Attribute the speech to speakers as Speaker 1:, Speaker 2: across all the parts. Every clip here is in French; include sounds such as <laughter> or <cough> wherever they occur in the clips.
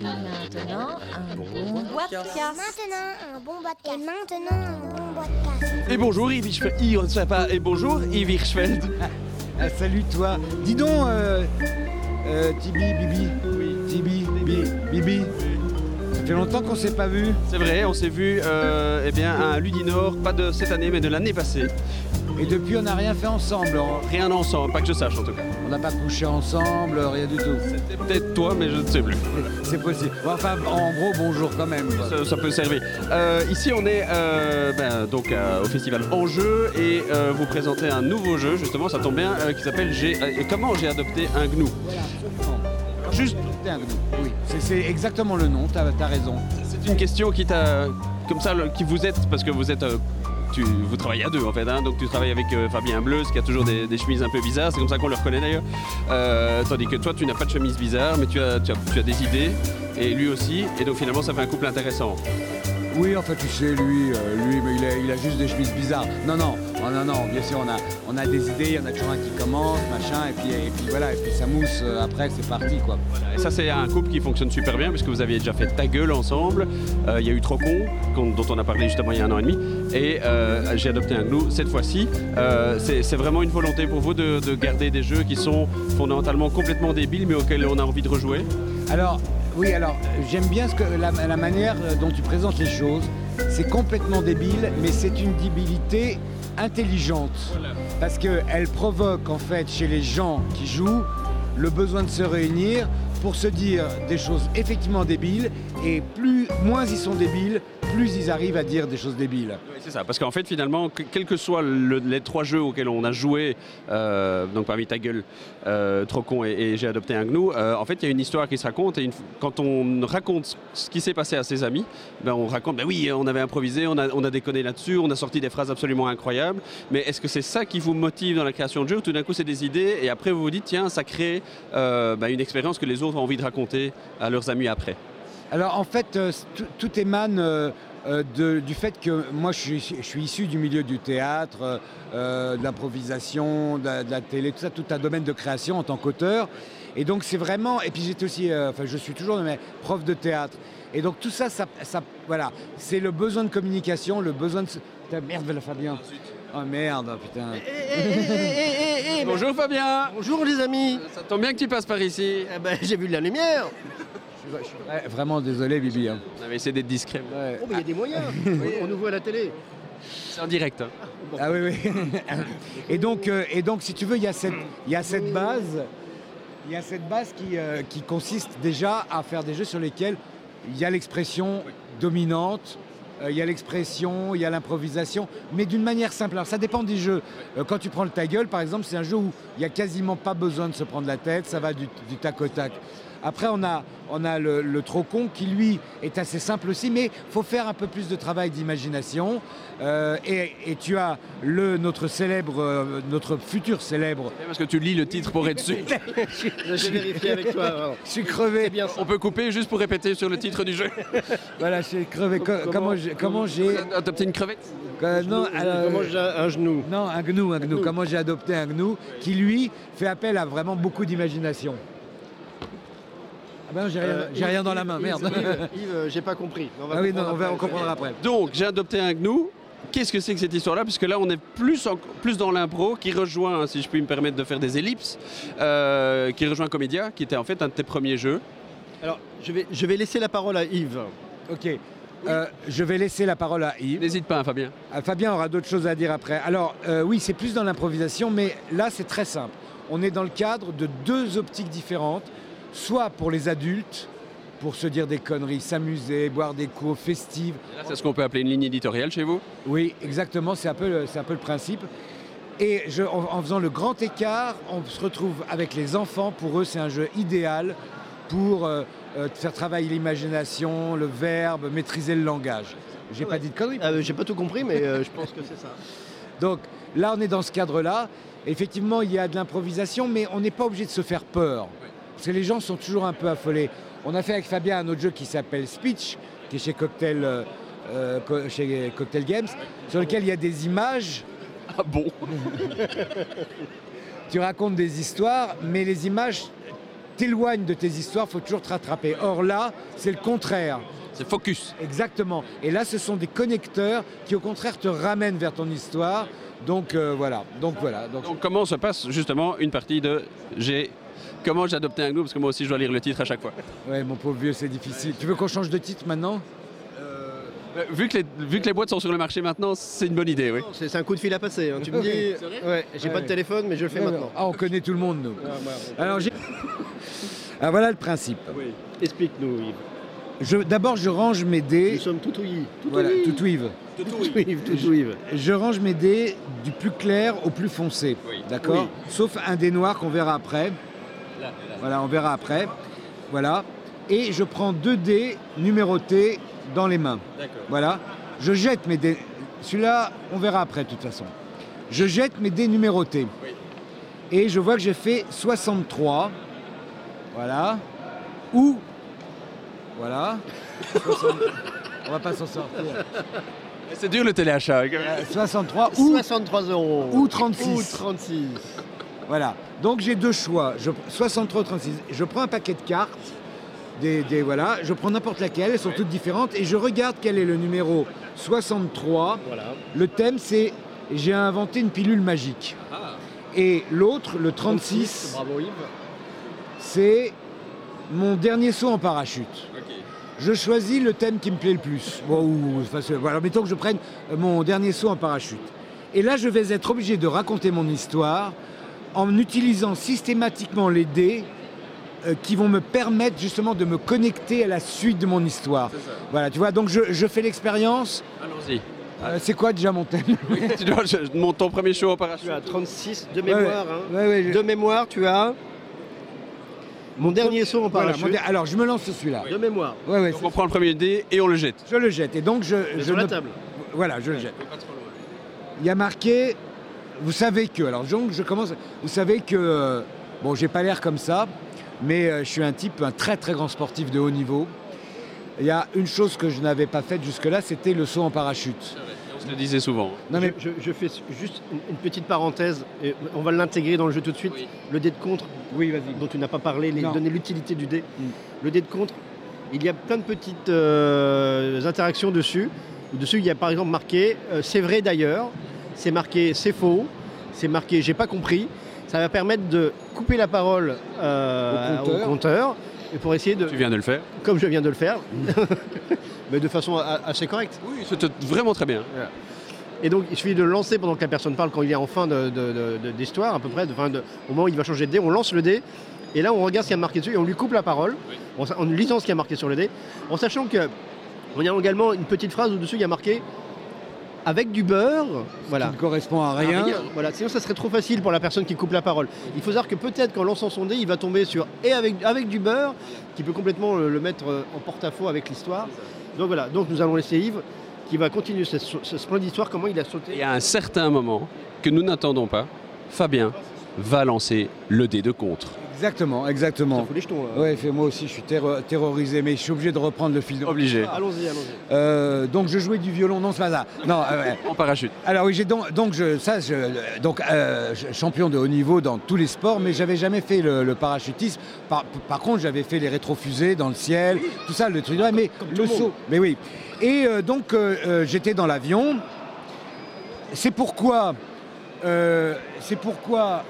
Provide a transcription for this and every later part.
Speaker 1: Maintenant, un bon podcast.
Speaker 2: Maintenant, un bon podcast. Et maintenant, un bon podcast.
Speaker 3: Et bonjour Yves Hirschfeld. Yves, on ne sait pas. Et bonjour Yves Hirschfeld.
Speaker 4: Ah, salut toi. Dis donc, euh, euh, Tibi, Bibi.
Speaker 3: Oui.
Speaker 4: Tibi, Bibi. Bibi. Ça fait longtemps qu'on s'est pas vu.
Speaker 3: C'est vrai, on s'est vu euh, eh bien, à Ludinor, pas de cette année, mais de l'année passée.
Speaker 4: Et depuis, on n'a rien fait ensemble. hein.
Speaker 3: Rien ensemble, pas que je sache en tout cas.
Speaker 4: On n'a pas couché ensemble, rien du tout.
Speaker 3: C'était peut-être toi, mais je ne sais plus.
Speaker 4: C'est possible. Bon, Enfin, en gros, bonjour quand même.
Speaker 3: Ça,
Speaker 4: quoi.
Speaker 3: ça peut servir. Euh, ici, on est euh, ben, donc euh, au festival Enjeu et euh, vous présentez un nouveau jeu, justement, ça tombe bien, euh, qui s'appelle J'ai- euh, et Comment j'ai adopté un gnou.
Speaker 4: Voilà, absolument.
Speaker 3: Juste-
Speaker 4: Dingue, nous. Oui, c'est- c'est exactement le nom, t'as as raison.
Speaker 3: C'est une question qui t'a. Comme ça, le- qui vous êtes, parce que vous êtes. euh, tu, vous travaillez à deux en fait, hein, donc tu travailles avec euh, Fabien Bleuze qui a toujours des, des chemises un peu bizarres, c'est comme ça qu'on le reconnaît d'ailleurs. Euh, tandis que toi, tu n'as pas de chemise bizarre, mais tu as, tu, as, tu as des idées, et lui aussi, et donc finalement, ça fait un couple intéressant.
Speaker 4: Oui, enfin tu sais, lui, euh, lui, mais il a, il a juste des chemises bizarres. Non, non, oh, non, non, bien sûr, on a, on a des idées, il y en a toujours un qui commence, machin, et puis, et puis voilà, et puis ça mousse, euh, après c'est parti, quoi.
Speaker 3: Voilà, et ça, c'est un couple qui fonctionne super bien, puisque vous aviez déjà fait ta gueule ensemble. Euh, Il y a eu Trop con, qu'on- dont on a parlé justement il y a un an et demi, et euh, j'ai adopté un glou cette fois-ci. euh, c'est c'est vraiment une volonté pour vous de, de garder des jeux qui sont fondamentalement complètement débiles, mais auxquels on a envie de rejouer.
Speaker 4: Alors, oui, alors, euh, j'aime bien ce que, la, la manière euh, dont tu présentes les choses. C'est complètement débile, mais c'est une débilité intelligente. Parce qu'elle provoque, en fait, chez les gens qui jouent, le besoin de se réunir pour se dire des choses effectivement débiles. Et plus, moins ils sont débiles, plus ils arrivent à dire des choses débiles.
Speaker 3: Oui, c'est ça, parce qu'en fait, finalement, que- quel que soit le- les trois jeux auxquels on a joué, euh, donc parmi ta gueule, euh, trop con et, et j'ai adopté un gnou, euh, en fait, il y a une histoire qui se raconte et une f- quand on raconte ce qui s'est passé à ses amis, ben, on raconte, ben oui, on avait improvisé, on a, on a déconné là-dessus, on a sorti des phrases absolument incroyables, mais est-ce que c'est ça qui vous motive dans la création de jeu ou tout d'un coup, c'est des idées et après, vous vous dites, tiens, ça crée euh, ben, une expérience que les autres ont envie de raconter à leurs amis après
Speaker 4: Alors en fait, euh, c- tout, tout émane euh, euh, de- du fait que moi je suis, je suis issu du milieu du théâtre, euh, euh, de l'improvisation, de, la- de la télé, tout ça, tout un domaine de création en tant qu'auteur. Et donc c'est vraiment, et puis j'étais aussi, euh, enfin je suis toujours mais, prof de théâtre. Et donc tout ça, ça, ça- voilà, c'est le besoin de communication, le besoin de... se- Putain, merde, Fabien. Oh merde, putain.
Speaker 3: Bonjour Fabien
Speaker 5: Bonjour les amis <laughs>
Speaker 3: Ça tombe bien que tu passes par ici
Speaker 5: Eh ben, J'ai vu de la lumière
Speaker 4: Je suis vra- vraiment désolé, Bibi. hein.
Speaker 3: On avait essayé d'être discret.
Speaker 4: Ouais.
Speaker 5: Oh mais il y a des <laughs> moyens On nous voit à la télé
Speaker 3: C'est en direct. hein.
Speaker 4: Ah oui, oui. <laughs> et, donc, euh, et donc, si tu veux, il y a cette, il y a cette base, il y a cette base qui, euh, qui consiste déjà à faire des jeux sur lesquels il y a l'expression dominante, euh, il y a l'expression, il y a l'improvisation, mais d'une manière simple. Alors, ça dépend des jeux. Euh, quand tu prends le ta gueule, par exemple, c'est un jeu où il n'y a quasiment pas besoin de se prendre la tête, ça va du, du tac au tac. Après, on a, on a le, le trop con qui, lui, est assez simple aussi, mais faut faire un peu plus de travail d'imagination. Euh, et, et tu as le, notre célèbre, euh, notre futur célèbre.
Speaker 3: Parce que tu lis le titre pour être <laughs> sûr.
Speaker 5: J'ai vérifié avec toi. alors.
Speaker 4: Je suis crevé.
Speaker 5: C'est bien ça.
Speaker 3: On peut couper juste pour répéter sur le titre du jeu.
Speaker 4: Voilà, je suis crevé. Co-
Speaker 5: Comment-
Speaker 4: Comment j'ai. Comment j'ai.
Speaker 3: Adopter une crevette
Speaker 4: euh, non, alors,
Speaker 5: Comment j'ai un genou
Speaker 4: non, un gnou, un gnou.
Speaker 5: gnou.
Speaker 4: Comment j'ai adopté un gnou qui, lui, fait appel à vraiment beaucoup d'imagination. Ah ben, j'ai rien,
Speaker 5: Euh,
Speaker 4: j'ai rien dans la main,
Speaker 5: Yves,
Speaker 4: merde.
Speaker 5: Yves, Yves, euh, j'ai pas compris. On va
Speaker 4: <laughs> Ah oui, non, on,
Speaker 5: comprendre
Speaker 4: va,
Speaker 5: après.
Speaker 4: on comprendra après.
Speaker 3: Donc, j'ai adopté un gnou. Qu'est-ce que c'est que cette histoire-là Puisque là, on est plus, en- plus dans l'impro, qui rejoint, si je puis me permettre de faire des ellipses, euh, qui rejoint Comédia, qui était en fait un de tes premiers jeux.
Speaker 5: Alors, je vais, je vais laisser la parole à Yves.
Speaker 4: Ok. Euh, je vais laisser la parole à Yves.
Speaker 3: N'hésite pas, hein, Fabien.
Speaker 4: Ah, Fabien aura d'autres choses à dire après. Alors euh, oui, c'est plus dans l'improvisation, mais là c'est très simple. On est dans le cadre de deux optiques différentes, soit pour les adultes, pour se dire des conneries, s'amuser, boire des coups festives.
Speaker 3: Et Là, c'est ce qu'on peut appeler une ligne éditoriale chez vous.
Speaker 4: Oui, exactement, c'est un peu le, c'est un peu le principe. Et je- en, en faisant le grand écart, on se retrouve avec les enfants. Pour eux, c'est un jeu idéal pour euh, euh, faire travailler l'imagination, le verbe, maîtriser le langage. J'ai pas dit de conneries.
Speaker 5: Ah, euh, j'ai pas tout compris, mais euh, je pense que c'est ça.
Speaker 4: Donc là, on est dans ce cadre-là. Effectivement, il y a de l'improvisation, mais on n'est pas obligé de se faire peur. Parce que les gens sont toujours un peu affolés. On a fait avec Fabien un autre jeu qui s'appelle Speech, qui est chez Cocktail, euh, euh, co- chez Cocktail Games, sur lequel il y a des images.
Speaker 3: Ah
Speaker 4: <laughs>
Speaker 3: bon
Speaker 4: Tu racontes des histoires, mais les images t'éloignes de tes histoires, faut toujours te rattraper. Or là, c'est le contraire.
Speaker 3: C'est focus.
Speaker 4: Exactement. Et là, ce sont des connecteurs qui, au contraire, te ramènent vers ton histoire. Donc euh, voilà. Donc voilà. Donc,
Speaker 3: Donc, comment se passe justement une partie de j'ai comment j'ai adopté un gnou parce que moi aussi je dois lire le titre à chaque fois.
Speaker 4: ouais, mon pauvre vieux, c'est difficile. Tu veux qu'on change de titre maintenant
Speaker 3: Euh, Vu que, les, vu que les boîtes sont sur le marché maintenant, c'est une bonne idée, oui.
Speaker 5: C'est c'est un coup de fil à passer. hein. Tu <laughs> me dis. Ouais, j'ai
Speaker 4: Ouais,
Speaker 5: pas
Speaker 4: ouais.
Speaker 5: de téléphone, mais je le fais
Speaker 4: Ouais,
Speaker 5: maintenant.
Speaker 4: Ah, on connaît tout le monde, nous.
Speaker 5: Ah, ouais.
Speaker 4: Alors, j'ai- <laughs> Ah, voilà le principe.
Speaker 5: Oui. Explique-nous, Yves.
Speaker 4: Je- D'abord, je range mes
Speaker 5: Nous
Speaker 4: dés.
Speaker 5: sommes tout ouïs. Tout
Speaker 4: Voilà,
Speaker 5: ouïs.
Speaker 4: tout Yves.
Speaker 5: Tout Yves, tout Yves.
Speaker 4: Je range mes dés du plus clair au plus foncé.
Speaker 3: Oui.
Speaker 4: D'accord
Speaker 5: Oui.
Speaker 4: Sauf un dé noir qu'on verra après. Voilà, on verra après. Voilà. Et je prends deux dés numérotés dans les mains.
Speaker 3: D'accord.
Speaker 4: Voilà. Je jette mes dés. Celui-là, on verra après, de toute façon. Je jette mes dés numérotés.
Speaker 3: Oui.
Speaker 4: Et je vois que j'ai fait 63. Voilà. Ou.
Speaker 3: <laughs>
Speaker 4: Voilà. 60. on va pas s'en sortir.
Speaker 3: C'est dur le téléachat.
Speaker 4: 63 ou
Speaker 5: 63 euros.
Speaker 4: ou 36.
Speaker 5: Ou 36.
Speaker 4: Voilà. Donc j'ai deux choix. Je, 63 36. Je prends un paquet de cartes. Des, des- voilà. Je prends n'importe laquelle. Elles sont toutes différentes. Et je regarde quel est le numéro 63.
Speaker 5: Voilà.
Speaker 4: Le thème, c'est j'ai inventé une pilule magique. Et l'autre, le 36,
Speaker 5: Ah. Bravo Yves.
Speaker 4: c'est mon dernier saut en parachute. Je choisis le thème qui me plaît le plus. Bon, ou- ou- enfin, c'est- voilà, mettons que je prenne euh, mon dernier saut en parachute. Et là, je vais être obligé de raconter mon histoire en utilisant systématiquement les dés euh, qui vont me permettre justement de me connecter à la suite de mon histoire. Voilà, tu vois, donc je, je fais l'expérience.
Speaker 3: Allons-y.
Speaker 4: Euh, c'est quoi déjà mon thème
Speaker 3: <laughs>
Speaker 4: <laughs>
Speaker 3: tu dois, je- mon- ton premier show en parachute.
Speaker 5: Tu as 36 de
Speaker 4: Ouais, ouais.
Speaker 5: mémoire. hein.
Speaker 4: Ouais, ouais, je-
Speaker 5: De mémoire, tu as. Mon dernier saut en
Speaker 4: Voilà,
Speaker 5: parachute.
Speaker 4: mon dé- alors je me lance sur celui-là.
Speaker 5: De mémoire.
Speaker 4: Ouais, ouais,
Speaker 3: Donc on prend le premier dé et on le jette.
Speaker 4: c'est- je le jette. Et donc je,
Speaker 5: Je
Speaker 4: je
Speaker 5: sur la
Speaker 4: me-
Speaker 5: table.
Speaker 4: Voilà, je le jette. Il y a marqué, vous savez que. Alors donc je commence. Vous savez que. euh, Bon, j'ai pas l'air comme ça, mais euh, je suis un type, un très très grand sportif de haut niveau. Il y a une chose que je n'avais pas faite jusque-là, c'était le saut en parachute.
Speaker 3: On se le disait souvent.
Speaker 4: Non mais
Speaker 5: Ah je, je- je fais juste une, une petite parenthèse. Et on va l'intégrer dans le jeu tout de suite.
Speaker 3: Oui.
Speaker 5: Le dé de contre,
Speaker 4: oui, vas-y.
Speaker 5: dont tu n'as pas parlé, les,
Speaker 4: Non.
Speaker 5: donner l'utilité du dé.
Speaker 4: Mm.
Speaker 5: Le dé de contre, il y a plein de petites euh, interactions dessus. Dessus, il y a par exemple marqué euh, c'est vrai d'ailleurs, c'est marqué c'est faux, c'est marqué j'ai pas compris. Ça va permettre de couper la parole euh,
Speaker 4: Au
Speaker 5: au,
Speaker 4: compteur.
Speaker 5: compteur. et pour essayer de,
Speaker 3: Tu viens de le faire.
Speaker 5: comme je viens de le faire,
Speaker 4: Mm.
Speaker 5: <laughs> mais de façon a- assez correcte.
Speaker 3: Oui, c'était vraiment très bien.
Speaker 5: Et donc, il suffit de le lancer pendant que la personne parle, quand il est en fin de- de- de- de- d'histoire, à peu près, de, fin de- au moment où il va changer de dé, on lance le dé, et là, on regarde ce qu'il y a de marqué dessus, et on lui coupe la parole,
Speaker 3: Oui.
Speaker 5: en, sa- en lisant ce qu'il y a marqué sur le dé, en sachant que, on y a également une petite phrase au-dessus, il y a marqué « avec du beurre »,
Speaker 4: Qui
Speaker 5: voilà.
Speaker 4: ne correspond à rien.
Speaker 5: Ah, rien. Voilà, sinon ça serait trop facile pour la personne qui coupe la parole. Il faut savoir que peut-être qu'en lançant son dé, il va tomber sur et avec, avec du beurre, qui peut complètement le, le mettre euh, en porte-à-faux avec l'histoire. Donc voilà, donc nous allons laisser Yves qui va continuer cette, so- cette splendide histoire, comment il a
Speaker 3: Il
Speaker 5: sauté.
Speaker 3: y a un certain moment que nous n'attendons pas. Fabien va lancer le dé de contre.
Speaker 4: Exactement,
Speaker 5: Ça
Speaker 4: exactement.
Speaker 5: fout les jetons là.
Speaker 4: Ouais, fait- moi aussi, je suis terro- terrorisé, mais je suis obligé de reprendre le fil. de-
Speaker 3: Obligé.
Speaker 5: Allons-y, allons-y.
Speaker 4: Euh, donc je jouais du violon, non, c'est pas ça. Non, euh, ouais.
Speaker 3: En parachute.
Speaker 4: Alors oui, j'ai donc, donc je, ça, je- donc euh, je- champion de haut niveau dans tous les sports, mais j'avais jamais fait le, le parachutisme. Par, par contre, j'avais fait les rétrofusées dans le ciel, tout ça, le truc. ouais, mais
Speaker 5: Ah, comme
Speaker 4: le
Speaker 5: tout le monde.
Speaker 4: saut, mais oui. Et euh, donc euh, euh, j'étais dans l'avion. C'est pourquoi, euh, c'est pourquoi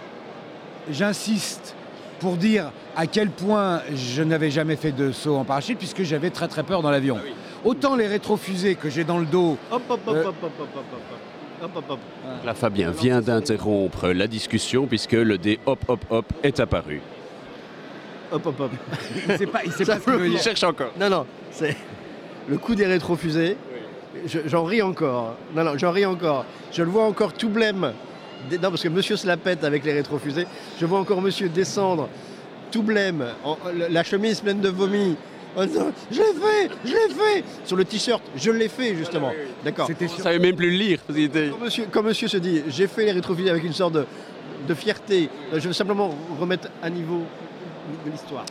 Speaker 4: j'insiste pour dire à quel point je n'avais jamais fait de saut en parachute, puisque j'avais très très peur dans l'avion.
Speaker 5: Ah
Speaker 3: oui.
Speaker 4: Autant les rétrofusées que j'ai dans le dos.
Speaker 5: Hop, hop, hop,
Speaker 4: Euh.
Speaker 5: hop, hop, hop, hop, hop. Hop, hop, hop.
Speaker 3: Là, Fabien vient d'interrompre la discussion puisque le dé hop hop hop est apparu.
Speaker 5: Hop, <laughs> hop, hop.
Speaker 4: Il sait pas, il sait
Speaker 5: Ça
Speaker 4: pas ce qu'il veut
Speaker 5: veut
Speaker 4: dire.
Speaker 3: Il cherche encore.
Speaker 5: Non, non, c'est le coup des rétrofusées. Je- J'en ris encore. Non, non, j'en ris encore. Je le vois encore tout blême. Dé- Non, parce que monsieur se la pète avec les rétrofusées. Je vois encore monsieur descendre tout blême, en- le- la chemise pleine de vomi. en disant, je l'ai fait, je l'ai fait Sur le t-shirt, je l'ai fait justement. D'accord.
Speaker 4: C'était
Speaker 3: Il
Speaker 4: sûr.
Speaker 3: savait même plus le lire. parce qu'il était-
Speaker 5: Quand monsieur, quand monsieur se dit, j'ai fait les rétrofusées avec une sorte de, de fierté, euh, je veux simplement remettre à niveau de l'histoire.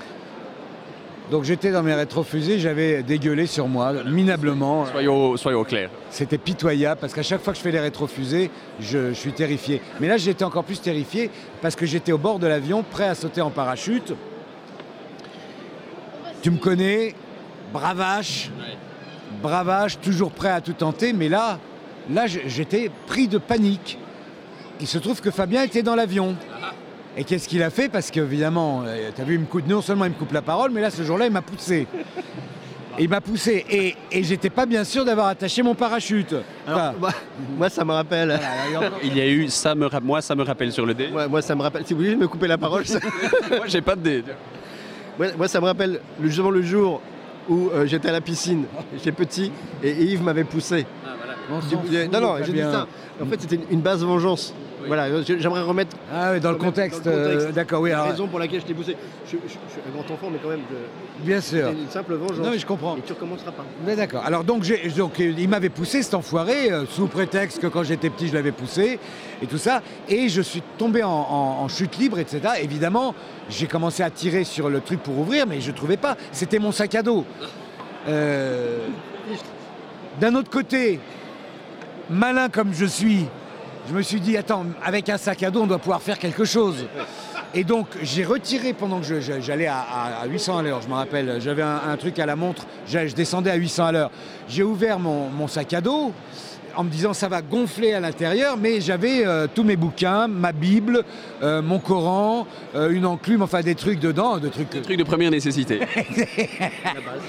Speaker 4: Donc j'étais dans mes rétrofusées, j'avais dégueulé sur moi, minablement.
Speaker 3: Soyons, soyons clairs.
Speaker 4: C'était pitoyable parce qu'à chaque fois que je fais les rétrofusées, je, je suis terrifié. Mais là, j'étais encore plus terrifié parce que j'étais au bord de l'avion, prêt à sauter en parachute. Tu me connais, bravache, bravache, toujours prêt à tout tenter, mais là, là je- j'étais pris de panique. Il se trouve que Fabien était dans l'avion. Et qu'est-ce qu'il a fait Parce qu'évidemment, euh, t'as vu, il me coupe, non seulement il me coupe la parole, mais là, ce jour-là, il m'a poussé. Il m'a poussé et, et j'étais pas bien sûr d'avoir attaché mon parachute. Enfin,
Speaker 5: Moi, moi, ça me rappelle.
Speaker 3: Il y a eu ça me ra- moi ça me rappelle sur le dé.
Speaker 5: Moi, moi, ça me rappelle. Si vous voulez me couper la parole, ça-
Speaker 3: Moi j'ai pas de dé.
Speaker 5: moi, moi, ça me rappelle le- justement le jour où euh, j'étais à la piscine, j'étais petit, et, et Yves m'avait poussé.
Speaker 4: on s'en
Speaker 5: Du-
Speaker 4: fout,
Speaker 5: euh, non, non,
Speaker 4: pas
Speaker 5: j'ai dit
Speaker 4: bien.
Speaker 5: ça. En fait, c'était une, une basse vengeance. Voilà, j'ai- j'aimerais remettre
Speaker 4: Ah oui, dans le
Speaker 5: Dans le
Speaker 4: contexte,
Speaker 5: contexte.
Speaker 4: euh, d'accord, oui,
Speaker 5: la
Speaker 4: alors,
Speaker 5: raison pour laquelle je t'ai poussé. Je, je- je suis un grand enfant, mais quand même, je-
Speaker 4: bien sûr.
Speaker 5: c'était une simple vengeance.
Speaker 4: Non, mais je comprends.
Speaker 5: Et tu recommenceras pas.
Speaker 4: Mais d'accord. Alors donc, j'ai- donc euh, il m'avait poussé cet enfoiré euh, sous prétexte que quand j'étais petit je l'avais poussé et tout ça. Et je suis tombé en, en- en chute libre, etc. Évidemment, j'ai commencé à tirer sur le truc pour ouvrir, mais je trouvais pas. C'était mon sac à dos. Euh, D'un autre côté, malin comme je suis, je me suis dit attends, avec un sac à dos, on doit pouvoir faire quelque chose. Et donc j'ai retiré pendant que je- je- j'allais à, à- à 800 à l'heure, je me rappelle, j'avais un, un truc à la montre, je, je descendais à 800 à l'heure. J'ai ouvert mon, mon sac à dos en me disant ça va gonfler à l'intérieur, mais j'avais euh, tous mes bouquins, ma Bible, euh, mon Coran, euh, une enclume, enfin des trucs dedans, des trucs...
Speaker 3: Truc de première <laughs> nécessité.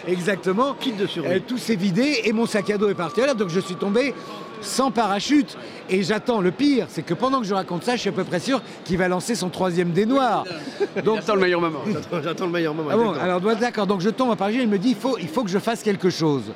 Speaker 4: Exactement.
Speaker 5: Kit de survie.
Speaker 4: Euh, tout s'est vidé et mon sac à dos est parti à l'air, donc je suis tombé sans parachute. Et j'attends, le pire, c'est que pendant que je raconte ça, je suis à peu près sûr qu'il va lancer son troisième des <laughs> noirs. Donc,
Speaker 3: Attends le meilleur moment.
Speaker 5: J'attends- J'attends le meilleur moment.
Speaker 4: ah bon,
Speaker 5: exactement.
Speaker 4: alors doit- d'accord, donc je tombe à Paris, il me dit il faut, il faut que je fasse quelque chose.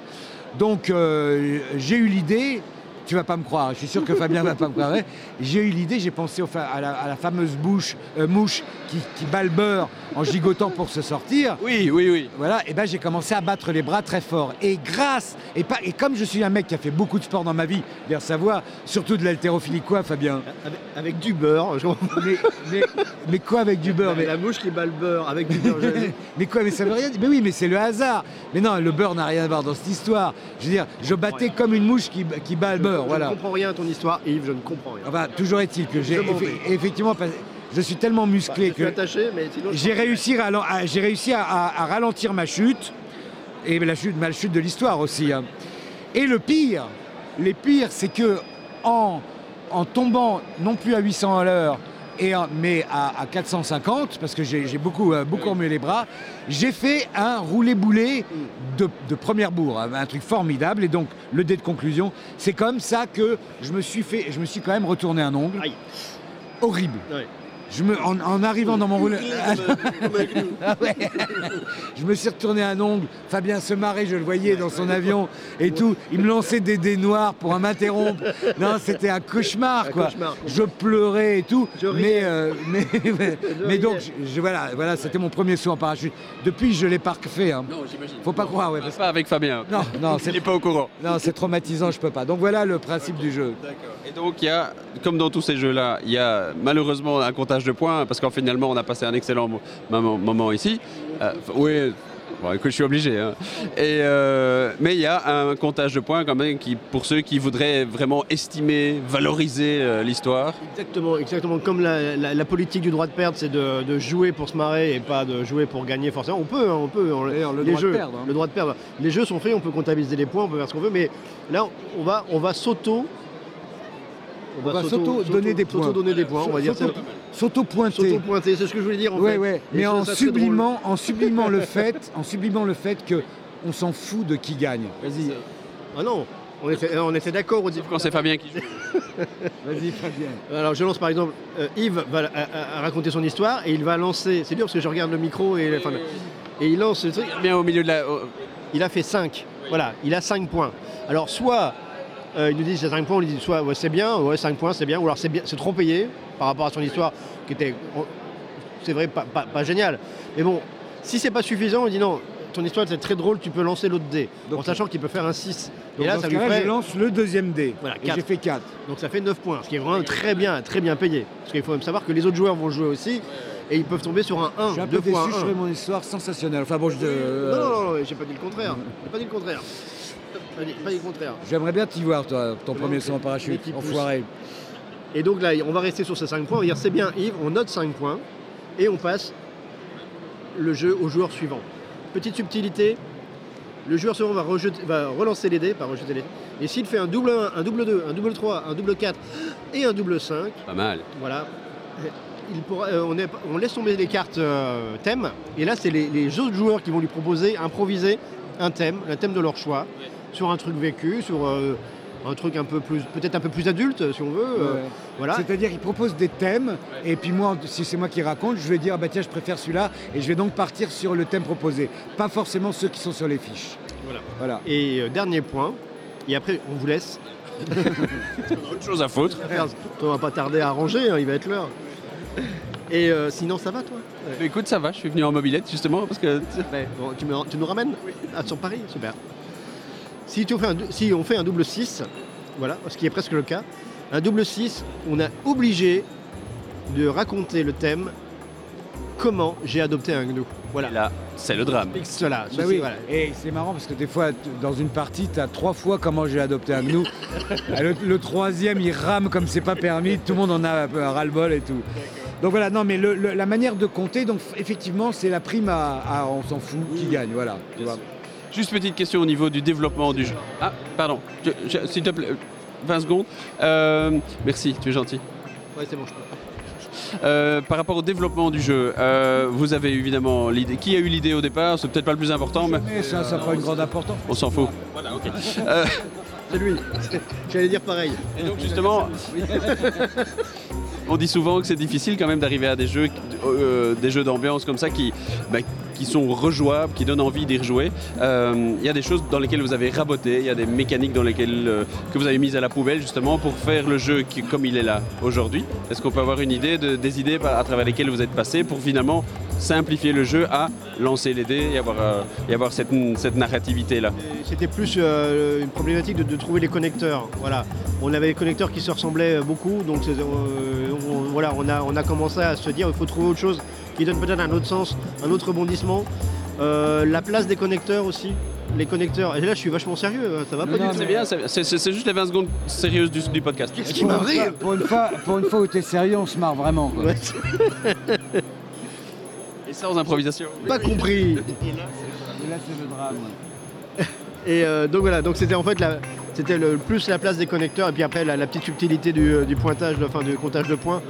Speaker 4: Donc euh, j'ai eu l'idée, tu vas pas me croire, je suis sûr que Fabien va pas me croire, hein. j'ai eu l'idée, j'ai pensé au fa- à, la, à la fameuse bouche, euh, mouche qui, qui bat le beurre en gigotant pour se sortir.
Speaker 3: Oui, oui, oui.
Speaker 4: Voilà, et ben j'ai commencé à battre les bras très fort. Et grâce, et, pas, et comme je suis un mec qui a fait beaucoup de sport dans ma vie, bien savoir, surtout de l'haltérophilie, quoi Fabien
Speaker 5: Avec, avec du beurre. Je... comprends pas.
Speaker 4: mais, mais- mais <laughs> quoi avec du beurre mais,
Speaker 5: la mouche qui bat le beurre avec
Speaker 4: <laughs>
Speaker 5: du beurre. je-
Speaker 4: mais quoi, mais ça veut rien dire Mais oui, mais c'est le hasard. Mais non, le beurre n'a rien à voir dans cette histoire. Je veux dire, je battais comme une mouche qui, qui bat le beurre,
Speaker 5: je
Speaker 4: voilà.
Speaker 5: ne comprends rien à ton histoire, Yves, je ne comprends rien.
Speaker 4: Enfin, toujours est-il que j'ai
Speaker 5: Je m'en vais.
Speaker 4: effe- effectivement, pas- je suis tellement
Speaker 5: Bah,
Speaker 4: musclé
Speaker 5: je suis
Speaker 4: que
Speaker 5: attaché, mais sinon... je-
Speaker 4: j'ai réussi, à, à- j'ai réussi à, à- à ralentir ma chute, et la chute, ma chute de l'histoire aussi. hein. Et le pire, les pires, c'est que en, en tombant non plus à 800 à l'heure, et en- mais à, à 450, parce que j'ai j'ai beaucoup, euh, beaucoup remué les bras, j'ai fait un roulé-boulé de, de première bourre, hein, un un truc formidable. Et donc, le dé de conclusion, c'est comme ça que je me suis fait, je me suis quand même retourné un ongle.
Speaker 5: Aïe.
Speaker 4: Horrible.
Speaker 5: Ouais.
Speaker 4: Je me, en, en arrivant dans mon roulé.
Speaker 5: euh,
Speaker 4: Ah ouais. je me suis retourné un ongle. Fabien se marrait, je le voyais dans son avion et tout. Il me lançait des dés noirs pour m'interrompre. Non, c'était un cauchemar,
Speaker 5: Un
Speaker 4: quoi.
Speaker 5: cauchemar, quoi.
Speaker 4: Je pleurais et tout.
Speaker 5: Je riais.
Speaker 4: mais, euh,
Speaker 5: <laughs>
Speaker 4: mais, mais,
Speaker 5: riais.
Speaker 4: donc, je- je- voilà, voilà c'était mon premier saut en parachute. Depuis, je l'ai parfait. Hein.
Speaker 3: Non, j'imagine.
Speaker 4: Faut pas croire, ouais.
Speaker 3: Ah,
Speaker 4: parce-
Speaker 3: Pas avec Fabien.
Speaker 4: Non, non,
Speaker 3: Il
Speaker 4: c'est.
Speaker 3: n'est pas au courant.
Speaker 4: Non, c'est traumatisant, je peux pas. Donc voilà le principe du jeu.
Speaker 3: Et donc, il y a, comme dans tous ces jeux-là, il y a malheureusement un comptage de points, parce qu'en finalement, on a passé un excellent mo- moment, moment ici. Euh, f- oui, bon, écoute, je suis obligé. hein. Et, euh, mais il y a un comptage de points, quand même, qui, pour ceux qui voudraient vraiment estimer, valoriser euh, l'histoire.
Speaker 5: <laughs> Exactement, exactement. Comme la, la- la politique du droit de perdre, c'est de, de jouer pour se marrer et pas de jouer pour gagner forcément. On peut, hein, on peut. on-
Speaker 4: D'ailleurs, le
Speaker 5: les
Speaker 4: droit de
Speaker 5: jeux,
Speaker 4: perdre, hein.
Speaker 5: Le droit de perdre. Les jeux sont faits, on peut comptabiliser les points, on peut faire ce qu'on veut, mais là, on va, on va s'auto.
Speaker 4: On va s'auto-donner des points.
Speaker 5: donner des points, on va dire ça.
Speaker 4: S'auto-pointer.
Speaker 5: S'auto-pointer, c'est ce que je voulais dire en
Speaker 4: Ouais,
Speaker 5: fait.
Speaker 4: ouais.
Speaker 5: Et
Speaker 4: Mais
Speaker 5: ça,
Speaker 4: en
Speaker 5: ça, c'est drôle.
Speaker 4: sublimant, en sublimant le fait, en sublimant le fait que on s'en fout de qui gagne. Vas-y,
Speaker 5: Ah non, on était, on était d'accord au
Speaker 3: Quand c'est Fabien qui joue.
Speaker 4: vas-y Fabien.
Speaker 5: Alors je lance par exemple, euh, Yves va euh, euh, raconter son histoire et il va lancer, c'est dur parce que je regarde le micro et, enfin, et il lance le truc,
Speaker 3: Bien au milieu de la. au-
Speaker 5: il a fait 5, voilà, il a 5 points. Alors soit euh, il nous dit c'est 5 points, on lui dit soit ouais, c'est bien, ouais 5 points c'est bien, ou alors c'est bien, c'est trop payé par rapport à son histoire qui était, on- c'est vrai, pas, pas- pas génial. Mais bon, si c'est pas suffisant, on dit non, ton histoire c'est très drôle, tu peux lancer l'autre dé,
Speaker 4: Donc,
Speaker 5: en sachant qu'il peut faire un 6.
Speaker 4: Donc,
Speaker 5: Et là
Speaker 4: dans
Speaker 5: ça
Speaker 4: ce
Speaker 5: lui
Speaker 4: cas-là,
Speaker 5: ferait,
Speaker 4: je lance le deuxième dé.
Speaker 5: Voilà,
Speaker 4: et
Speaker 5: quatre.
Speaker 4: j'ai fait 4.
Speaker 5: donc ça fait 9 points, ce qui est vraiment très bien, très bien payé. Parce qu'il faut même savoir que les autres joueurs vont jouer aussi et ils peuvent tomber sur un
Speaker 4: Je suis
Speaker 5: 1,
Speaker 4: un peu
Speaker 5: 2
Speaker 4: déçu,
Speaker 5: fois un
Speaker 4: je
Speaker 5: 1.
Speaker 4: trouvais mon histoire sensationnelle. Enfin bon, je- euh,
Speaker 5: Non, non, non, non, j'ai pas dit le contraire. J'ai pas dit le contraire. Pas dit, pas dit le contraire.
Speaker 4: j'aimerais bien t'y voir, toi, ton premier saut en
Speaker 5: mais
Speaker 4: parachute,
Speaker 5: qui pousse.
Speaker 4: enfoiré.
Speaker 5: Et donc là, on va rester sur ces 5 points. On va dire c'est bien Yves, on note 5 points et on passe le jeu au joueur suivant. Petite subtilité, le joueur souvent va, rejeter- va relancer les dés, pas rejeter les dés. Et s'il fait un double 1, un double 2, un double 3, un double 4 et un double 5,
Speaker 3: Pas mal.
Speaker 5: voilà, il pourra- euh, on, est- on laisse tomber les cartes euh, thèmes. Et là, c'est les, les autres joueurs qui vont lui proposer, improviser un thème, un thème de leur choix, sur un truc vécu, sur euh, un truc un peu plus, peut-être un peu plus adulte, si on veut. euh,
Speaker 4: Ouais.
Speaker 5: Voilà.
Speaker 4: C'est-à-dire qu'ils proposent des thèmes, et puis moi, si c'est moi qui raconte, je vais dire, ah bah tiens, je préfère celui-là, et je vais donc partir sur le thème proposé. Pas forcément ceux qui sont sur les fiches.
Speaker 5: Voilà.
Speaker 4: Voilà.
Speaker 5: Et euh, dernier point, et après on vous laisse.
Speaker 3: Autre chose à foutre.
Speaker 5: Merde, On va pas tarder à ranger, hein, il va être l'heure. Et euh, sinon ça va toi
Speaker 3: Mais Bah, Écoute, ça va, je suis venu en mobilette justement parce que.
Speaker 5: Ouais, Ben, bon, tu, me- tu nous ramènes à sur Paris Super. Si, tu fais un dou- si on fait un double 6, voilà, ce qui est presque le cas, un double 6, on a obligé de raconter le thème comment j'ai adopté un gnou. Voilà.
Speaker 3: Là, c'est le drame.
Speaker 5: Explique Cela,
Speaker 4: Bah
Speaker 5: ceci,
Speaker 4: oui,
Speaker 5: voilà.
Speaker 4: et c'est marrant parce que des fois, t- dans une partie, tu as trois fois comment j'ai adopté un
Speaker 5: <laughs>
Speaker 4: gnou. le, le troisième, il rame comme c'est pas permis, tout le monde en a un peu un ras-le-bol et tout. Donc voilà, non, mais le- le- la manière de compter, donc f- effectivement, c'est la prime à, à on s'en fout qui gagne, voilà. tu vois.
Speaker 3: Juste petite question au niveau du développement du jeu. Ah, pardon, Je- je- s'il te plaît, euh, 20 secondes. Euh, merci, tu es gentil.
Speaker 5: Ouais, c'est bon, je peux.
Speaker 3: Euh, par rapport au développement du jeu, euh, vous avez évidemment l'idée. Qui a eu l'idée au départ C'est peut-être pas le plus important, mais
Speaker 4: Mais Eh, ça, ça n'a pas une grande importance.
Speaker 3: on s'en fout.
Speaker 5: C'est lui. J'allais dire pareil.
Speaker 3: Et donc <laughs> justement, on dit souvent que c'est difficile quand même d'arriver à des jeux, euh, des jeux d'ambiance comme ça qui, bah, qui sont rejouables, qui donnent envie d'y rejouer. Euh, Il y a des choses dans lesquelles vous avez raboté, il y a des mécaniques dans lesquelles euh, que vous avez mises à la poubelle justement pour faire le jeu qui- comme il est là aujourd'hui. Est-ce qu'on peut avoir une idée de- des idées par- à travers lesquelles vous êtes passé pour finalement simplifier le jeu à lancer les dés et avoir, euh, et avoir cette, cette narrativité là
Speaker 5: Et C'était plus euh, une problématique de, de trouver les connecteurs. Voilà. On avait des connecteurs qui se ressemblaient euh, beaucoup, donc c'est- euh, on, voilà, on, a, on a commencé à se dire il faut trouver autre chose qui donne peut-être un autre sens, un autre rebondissement. Euh, la place des connecteurs aussi. Les connecteurs. Et là, je suis vachement sérieux, hein, ça va pas
Speaker 4: Non,
Speaker 5: du
Speaker 4: non,
Speaker 5: tout.
Speaker 3: C'est bien, c'est- c'est c'est juste les 20 secondes sérieuses du, du podcast.
Speaker 5: Qu'est-ce qui
Speaker 4: Pour une,
Speaker 5: m'arrive
Speaker 4: fois, pour une fois, pour une fois où t'es sérieux, on se marre vraiment. quoi.
Speaker 5: Ouais,
Speaker 3: Et sans improvisation.
Speaker 5: Pas compris.
Speaker 4: Et là, c'est le drame.
Speaker 5: Et euh, donc voilà, donc c'était en fait la- c'était le plus la place des connecteurs et puis après la, la petite subtilité du, euh, du pointage, de- enfin du comptage de points,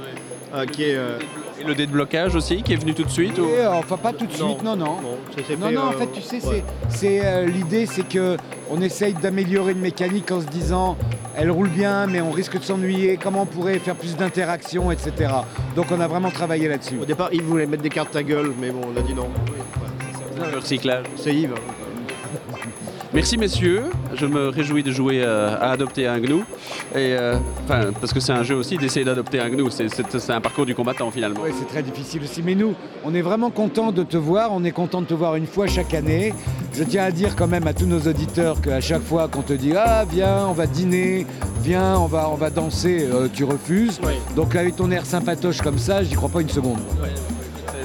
Speaker 5: euh, qui est. euh,
Speaker 3: Et le dé de blocage aussi qui est venu tout de suite ou-
Speaker 4: Et, euh, enfin, pas tout de suite, non, non.
Speaker 5: ça s'est
Speaker 4: Non,
Speaker 5: fait,
Speaker 4: non, en
Speaker 5: euh,
Speaker 4: fait, tu sais,
Speaker 5: ouais.
Speaker 4: c'est- c'est euh, l'idée, c'est que on essaye d'améliorer une mécanique en se disant, elle roule bien, mais on risque de s'ennuyer. Comment on pourrait faire plus d'interactions, etc. Donc, on a vraiment travaillé là-dessus.
Speaker 5: Au départ, Yves voulait mettre des cartes ta gueule, mais bon, on a dit non.
Speaker 3: Le recyclage.
Speaker 5: C'est Yves.
Speaker 3: Merci messieurs, je me réjouis de jouer euh, à adopter un gnou. Et, euh, enfin, parce que c'est un jeu aussi d'essayer d'adopter un gnou, c'est- c'est c'est un parcours du combattant finalement.
Speaker 4: Ouais, c'est très difficile aussi. Mais nous, on est vraiment content de te voir. On est content de te voir une fois chaque année. Je tiens à dire quand même à tous nos auditeurs qu'à chaque fois qu'on te dit ah viens, on va dîner, viens, on va on va danser, euh, tu refuses. Donc là, avec ton air sympatoche comme ça, j'y crois pas une seconde.
Speaker 3: C'est-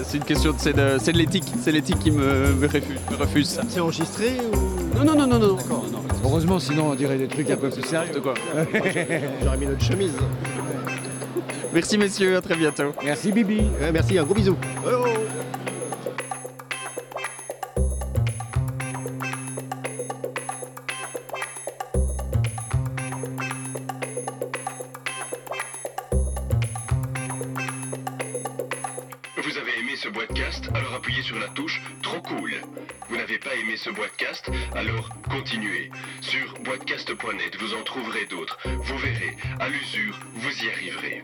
Speaker 3: C'est une question, de- c'est de, c'est de l'éthique, c'est l'éthique qui me, me refuse, me refuse ça.
Speaker 5: C'est enregistré ou
Speaker 3: Non, non, non, non, non.
Speaker 4: Heureusement, sinon on dirait des trucs un peu plus sérieux.
Speaker 3: De quoi.
Speaker 5: J'aurais mis notre chemise.
Speaker 3: Merci messieurs, à très bientôt.
Speaker 4: Merci Bibi.
Speaker 5: Ouais, merci, un gros bisou. Oh
Speaker 6: Vous avez aimé ce podcast Alors appuyez sur la touche Trop cool. Vous n'avez pas aimé ce podcast Alors continuez. Sur boitcast.net, vous en trouverez d'autres. Vous verrez, à l'usure, vous y arriverez.